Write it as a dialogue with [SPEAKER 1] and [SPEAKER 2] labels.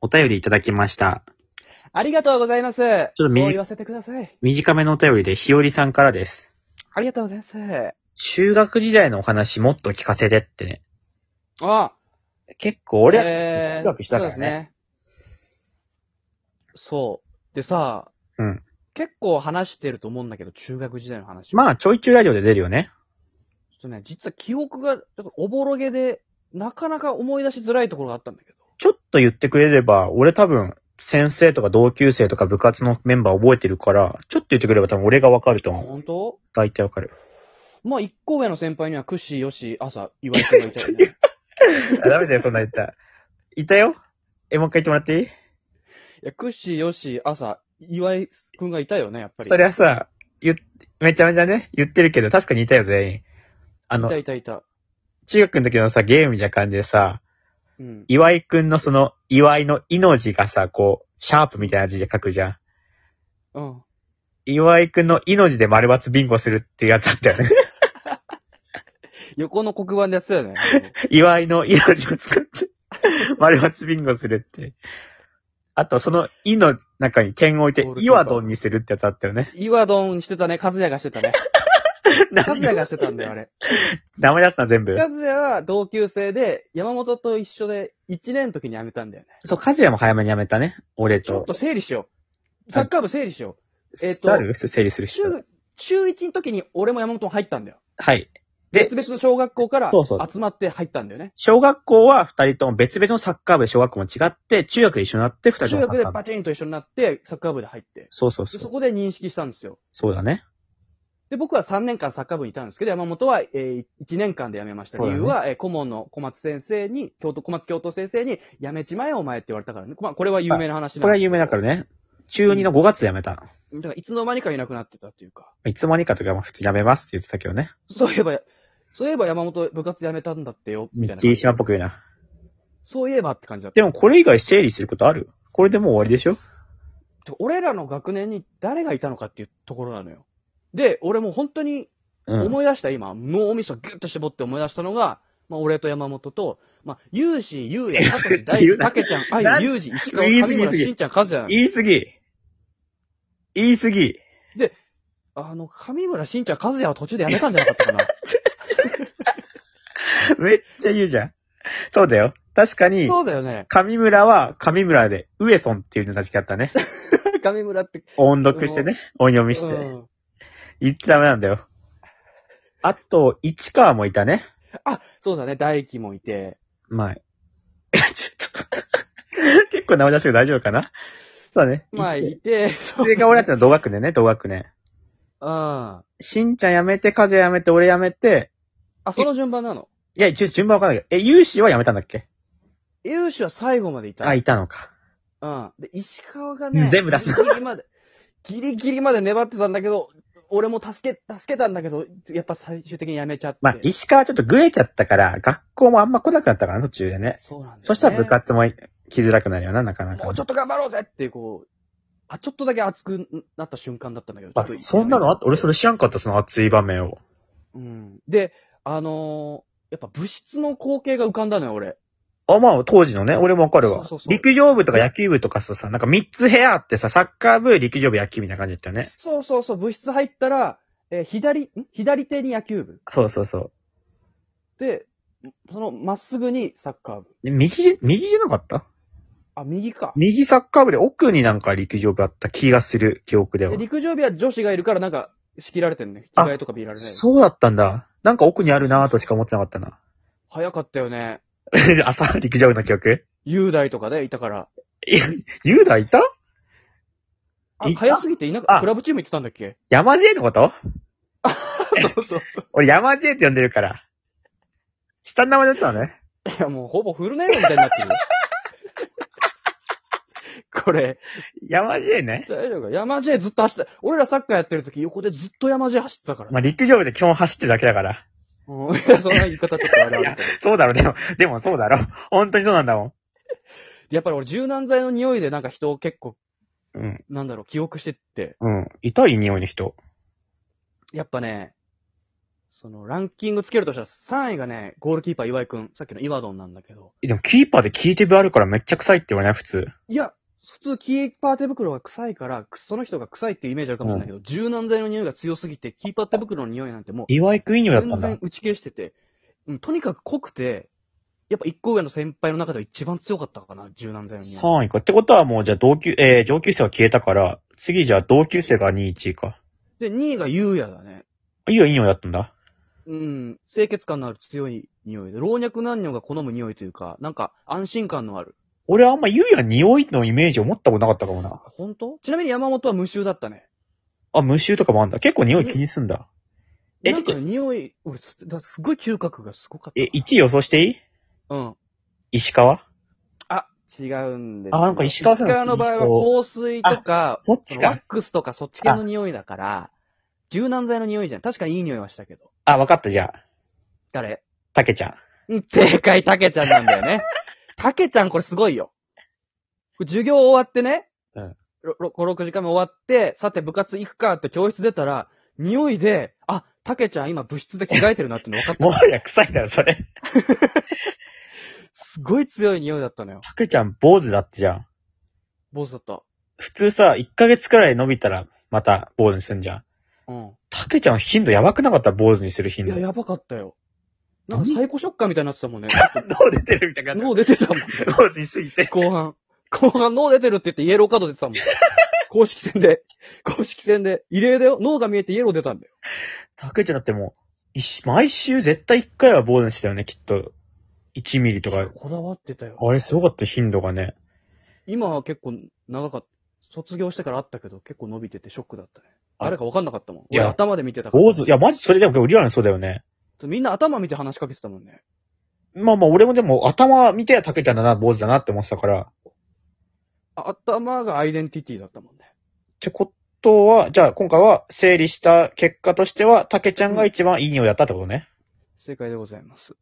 [SPEAKER 1] お便りいただきました。
[SPEAKER 2] ありがとうございます。ちょっ
[SPEAKER 1] と
[SPEAKER 2] そう
[SPEAKER 1] み
[SPEAKER 2] 言わせてください。
[SPEAKER 1] 短めのお便りでひよりさんからです。
[SPEAKER 2] ありがとうございます。
[SPEAKER 1] 中学時代のお話もっと聞かせてってね。
[SPEAKER 2] あ、
[SPEAKER 1] 結構俺、
[SPEAKER 2] えー、
[SPEAKER 1] 中学したからね
[SPEAKER 2] そうですね。そう。でさ、
[SPEAKER 1] うん
[SPEAKER 2] 結構話してると思うんだけど、中学時代の話。
[SPEAKER 1] ま
[SPEAKER 2] あ、
[SPEAKER 1] あちょいちょいラジオで出るよね。
[SPEAKER 2] ちょっとね、実は記憶が、ちょっとおぼろげで、なかなか思い出しづらいところがあったんだけど。
[SPEAKER 1] ちょっと言ってくれれば、俺多分、先生とか同級生とか部活のメンバー覚えてるから、ちょっと言ってくれれば多分俺がわかると
[SPEAKER 2] あ、
[SPEAKER 1] 思う。
[SPEAKER 2] 本当？
[SPEAKER 1] 大体わかる。
[SPEAKER 2] まあ、一個上の先輩には、クッシー、ヨッシー、朝、岩井君がいたよ ね。
[SPEAKER 1] ダメだよ、そんな言ったら。いたよえ、もう一回言ってもらっていい
[SPEAKER 2] いや、クッシー、ヨッシー、朝、岩井君がいたよね、やっぱり。
[SPEAKER 1] そりゃさ、言っ、めちゃめちゃね、言ってるけど、確かにいたよ、全員。あ
[SPEAKER 2] いた
[SPEAKER 1] の、
[SPEAKER 2] いたいた。
[SPEAKER 1] 中学の時のさ、ゲームみたいな感じでさ、
[SPEAKER 2] うん。
[SPEAKER 1] 岩井くんのその、岩井の命がさ、こう、シャープみたいな字で書くじゃん。
[SPEAKER 2] うん。
[SPEAKER 1] 岩井くんの命で丸抜ビンゴするっていうやつだったよ ね。
[SPEAKER 2] 横の黒板でやってた よね。
[SPEAKER 1] 岩井の命を使って、丸抜ビンゴするって。あと、その、いの中に点を置いて
[SPEAKER 2] ゴール、キーパー
[SPEAKER 1] 岩ドンにするってやつあったよね。
[SPEAKER 2] 岩ドンしてたね、カズヤがして たね。カズヤがしてたんだよ、あれ。
[SPEAKER 1] ダメ出すな、全部。
[SPEAKER 2] カズヤは同級生で、山本と一緒で、1年の時に辞めたんだよね。
[SPEAKER 1] そう、カジヤも早めにやめたね。俺
[SPEAKER 2] ちょっ
[SPEAKER 1] と
[SPEAKER 2] と。整理しよう。サッカー部整理しよえっと
[SPEAKER 1] 誰整理する
[SPEAKER 2] う。
[SPEAKER 1] 人。
[SPEAKER 2] 中、中1の時に俺も山本も入ったんだよ。
[SPEAKER 1] はい。で
[SPEAKER 2] 別、々の小学校から
[SPEAKER 1] そうそう
[SPEAKER 2] 集まって入ったんだよね。
[SPEAKER 1] 小学校は二人とも別々のサッカー部で小学校も違って、中学で一緒になって二人
[SPEAKER 2] 中
[SPEAKER 1] ともサ
[SPEAKER 2] 学
[SPEAKER 1] ッ
[SPEAKER 2] で
[SPEAKER 1] カー部
[SPEAKER 2] バ。チンと一緒になって、サッカー部で入って。
[SPEAKER 1] そうそう
[SPEAKER 2] で
[SPEAKER 1] そ。
[SPEAKER 2] そうこで認識したんですよ。
[SPEAKER 1] そうだね。
[SPEAKER 2] で、僕は3年間サッカー部にいたんですけど、山本は、えー、1年間で辞めました。
[SPEAKER 1] そう
[SPEAKER 2] 理
[SPEAKER 1] だね
[SPEAKER 2] 由は、えー、顧問の小松先生に、京都、小松教頭先生に、辞めちまえお前って言われたからね。まあ、これは有名な話なんですけ
[SPEAKER 1] こ
[SPEAKER 2] ど
[SPEAKER 1] れは有名だからね。中二の5月辞めた。
[SPEAKER 2] だからいつの間にかいなくなってたっていうか。
[SPEAKER 1] いつの間にかというか、まあ普通辞めますって言ってたけどね。
[SPEAKER 2] そういえば、そういえば山本部活辞めたんだってよ、みたいな感
[SPEAKER 1] 霧
[SPEAKER 2] じ。
[SPEAKER 1] 島っぽく言うな。
[SPEAKER 2] そういえばって感じだった。
[SPEAKER 1] でもこれ以外整理することあるこれでもう終わりでしょ
[SPEAKER 2] てか俺らの学年に誰がいたのかっていうところなのよ。で、俺もう本当に
[SPEAKER 1] うん。
[SPEAKER 2] 思い出した、今、脳みそギュッと絞って思い出したのが、まあ、俺と山本と、まあ、ゆうし、ゆうや、さとし、だ
[SPEAKER 1] 言う
[SPEAKER 2] い、
[SPEAKER 1] な
[SPEAKER 2] たけちゃん、あ
[SPEAKER 1] なん
[SPEAKER 2] ゆ、ゆうじ、石川、
[SPEAKER 1] 言い過ぎ
[SPEAKER 2] 上
[SPEAKER 1] 言い
[SPEAKER 2] 村、
[SPEAKER 1] 過ぎ
[SPEAKER 2] しんちゃん、かずやん。
[SPEAKER 1] 言い過ぎ。言い過ぎ。
[SPEAKER 2] あの、上村、しんちゃん、かずやは途中でやめたんじゃなかったかな。
[SPEAKER 1] めっちゃ言うじゃん。そうだよ。確かに、
[SPEAKER 2] そうだよね。
[SPEAKER 1] 上村は上村で、上村っていうのが確かあった ね。
[SPEAKER 2] 上村って。
[SPEAKER 1] 音読してね。音読みし
[SPEAKER 2] う
[SPEAKER 1] て。
[SPEAKER 2] ん
[SPEAKER 1] 言っちゃダメなんだよ。あと、市川もいたね。
[SPEAKER 2] あ、そうだね、大輝もいて。
[SPEAKER 1] まあ、ちょっと 結構名前出してるけど大丈夫かなそうだね。
[SPEAKER 2] まあ、いて、
[SPEAKER 1] それが俺たちの同学年ね、同学年。
[SPEAKER 2] うん。あ、
[SPEAKER 1] しんちゃん辞めて、かずや辞めて、俺辞めて、
[SPEAKER 2] その順番なの。
[SPEAKER 1] いや、ちょ、順番わかんないけど、え、ゆうしは辞めたんだっけ
[SPEAKER 2] ユウシは最後までいた。
[SPEAKER 1] あ、いたのか。
[SPEAKER 2] うん。で、石川がね、
[SPEAKER 1] 全部出す
[SPEAKER 2] ギリギリまで、ギリギリまで粘ってたんだけど、俺も助け、助けたんだけど、やっぱ最終的にやめちゃって。
[SPEAKER 1] まあ、石川ちょっとぐれちゃったから、学校もあんま来なくなったから、途中でね。
[SPEAKER 2] そうなんだ、ね。
[SPEAKER 1] そしたら部活も来づらくなるよな、なかなか。
[SPEAKER 2] もうちょっと頑張ろうぜっていう、こう、あ、ちょっとだけ熱くなった瞬間だったんだけど、ちょっ
[SPEAKER 1] あ、
[SPEAKER 2] と。
[SPEAKER 1] そんなのあった俺それ知らんかった、その熱い場面を。
[SPEAKER 2] うん。で、あのーやっぱ物質の光景が浮かんだのよ、俺。
[SPEAKER 1] あ、まあ、当時のね、俺もわかるわ。
[SPEAKER 2] そうそうそう
[SPEAKER 1] 陸上部とか野球部とかさ、さなんか3つ部屋あってさ、サッカー部、陸上部、野球部みたいな感じだったよね。
[SPEAKER 2] そうそうそう、物質入ったら、えー左、ん左手に野球部。
[SPEAKER 1] そうそうそう。
[SPEAKER 2] で、その、まっすぐにサッカー部。
[SPEAKER 1] で右、右じゃなかった
[SPEAKER 2] あ、右か。
[SPEAKER 1] 右サッカー部で奥になんか陸上部あった気がする記憶では
[SPEAKER 2] で。陸上部は女子がいるからなんか、仕切られてんね。着
[SPEAKER 1] あ
[SPEAKER 2] 替えとか見られない。
[SPEAKER 1] そうだったんだ。なんか奥にあるなぁとしか思ってなかったな。
[SPEAKER 2] 早かったよね。
[SPEAKER 1] 朝、陸上部の記憶
[SPEAKER 2] 雄大とかでいたから。
[SPEAKER 1] 雄大いた
[SPEAKER 2] あ、
[SPEAKER 1] いた
[SPEAKER 2] 早すぎていな
[SPEAKER 1] あ
[SPEAKER 2] かクラブチーム行ってたんだっけ
[SPEAKER 1] 山 J のこと
[SPEAKER 2] そうそうそう。
[SPEAKER 1] 俺山 J って呼んでるから。下の名前だったのね。
[SPEAKER 2] いや、もうほぼフルネームみたいになって る。これ、
[SPEAKER 1] 山 J ね。
[SPEAKER 2] 大丈夫か山 J ずっと走ってた。俺らサッカーやってる時横でずっと山 J 走ってたから。
[SPEAKER 1] まあ、陸上部で基本走ってるだけだから。
[SPEAKER 2] うん、いや、そんな言い方ちょっとあれあるけど。
[SPEAKER 1] そうだろ、でも、でもそうだろ。本当にそうなんだも
[SPEAKER 2] やっぱり俺柔軟剤の匂いでなんか人を結構、
[SPEAKER 1] ん。うん。
[SPEAKER 2] なんだろう、記憶してって。
[SPEAKER 1] うん。痛い匂いの人。
[SPEAKER 2] やっぱね、その、ランキングつけるとしたら、3位がね、ゴールキーパー岩井くん。さっきの岩ドンなんだけど。
[SPEAKER 1] えでもキーパーでキーティブあるからめっちゃ臭いって言われない普通。
[SPEAKER 2] いや、普通キーパー手袋が臭いから、くその人が臭いっていうイメージあるかもしれないけど、柔軟剤の匂いが強すぎて、キーパー手袋の匂いなんてもう、
[SPEAKER 1] 岩井くんいい匂いだった
[SPEAKER 2] 全
[SPEAKER 1] んだ
[SPEAKER 2] 然。打ち消してて、うん、とにかく濃くて、やっぱ一個上の先輩の中では一番強かったかな、柔軟剤の匂い。
[SPEAKER 1] 3位か。ってことはもうじゃあ同級、えー、上級生は消えたから、次じゃあ同級生が2位、1位か。
[SPEAKER 2] で、2位が優也だね。
[SPEAKER 1] いいよ、いいよだったんだ。
[SPEAKER 2] うん、清潔感のある強い匂いで、老若男女が好む匂いというか、なんか安心感のある。
[SPEAKER 1] 俺はあんまゆうや匂いのイメージを持ったことなかったかもな。
[SPEAKER 2] 本当ちなみに山本は無臭だったね。
[SPEAKER 1] あ、無臭とかもあんだ。結構匂い気にすんだ。え
[SPEAKER 2] なんか匂い、俺す、だすごい嗅覚がすごかった
[SPEAKER 1] え、
[SPEAKER 2] な。
[SPEAKER 1] 1位予想していい
[SPEAKER 2] うん。
[SPEAKER 1] 石川
[SPEAKER 2] あ、違うんですよ
[SPEAKER 1] あなんか石川さん
[SPEAKER 2] 石川の場合は香水とか、
[SPEAKER 1] そっ
[SPEAKER 2] そ
[SPEAKER 1] ち
[SPEAKER 2] のワッ
[SPEAKER 1] か。
[SPEAKER 2] クスとかそっち系の匂いだから、柔軟剤の匂いじゃん。確かにいい匂いはしたけど。
[SPEAKER 1] あ、わかった、じゃあ。
[SPEAKER 2] 誰
[SPEAKER 1] たけちゃん。
[SPEAKER 2] うん正解、たけちゃんなんだよ ね。たけちゃんこれすごいよ。これ授業終わってね。
[SPEAKER 1] うん
[SPEAKER 2] ろ。ろ5、6時間目終わって、さて部活行くかって教室出たら、匂いで、あ、たけちゃん今部室で着替えてるなっての分かっ た
[SPEAKER 1] も。はや臭いだろ、そ れ。
[SPEAKER 2] すごい強い匂いだったのよ。
[SPEAKER 1] たけちゃん、坊主だってじゃん。
[SPEAKER 2] 坊主だった。
[SPEAKER 1] 普通さ、1ヶ月くらい伸びたら、また坊主にするんじゃん。
[SPEAKER 2] うん。
[SPEAKER 1] たけちゃん頻度やばくなかった坊主にする頻
[SPEAKER 2] い
[SPEAKER 1] 度
[SPEAKER 2] や、。やばかったよ。なんかサイコショッカーみたいになってたも んね。
[SPEAKER 1] 脳出てるみたいな感
[SPEAKER 2] 脳出てたもん。
[SPEAKER 1] じ。坊主にすぎて。
[SPEAKER 2] 後半。後半脳出てるって言ってイエローカード出てたもん。公式戦で。公式戦で。異例だよ。脳が見えてイエロー出たんだよ。
[SPEAKER 1] たけちゃんだってもう、一毎週絶対1回は坊主にしたよね、きっと。1ミリとか。
[SPEAKER 2] こだわってたよ。
[SPEAKER 1] あれすごかった、頻度がね。
[SPEAKER 2] 今は結構長かった。卒業してからあったけど、結構伸びててショックだったね。
[SPEAKER 1] あ
[SPEAKER 2] 誰かわかんなかったもん。
[SPEAKER 1] いや
[SPEAKER 2] 俺頭で見てたから。
[SPEAKER 1] 坊主、いや、マジそれでも、リアルにそうだよね。
[SPEAKER 2] みんな頭見て話しかけてたもんね。
[SPEAKER 1] まあまあ、俺もでも、頭見てたけちゃんだな、坊主だなって思ってたから。っ
[SPEAKER 2] あ頭がアイデンティティだったもんね。
[SPEAKER 1] てことは、じゃあ今回は整理した結果としては、たけちゃんが一番いい匂いだったってことね。
[SPEAKER 2] 正解でございます。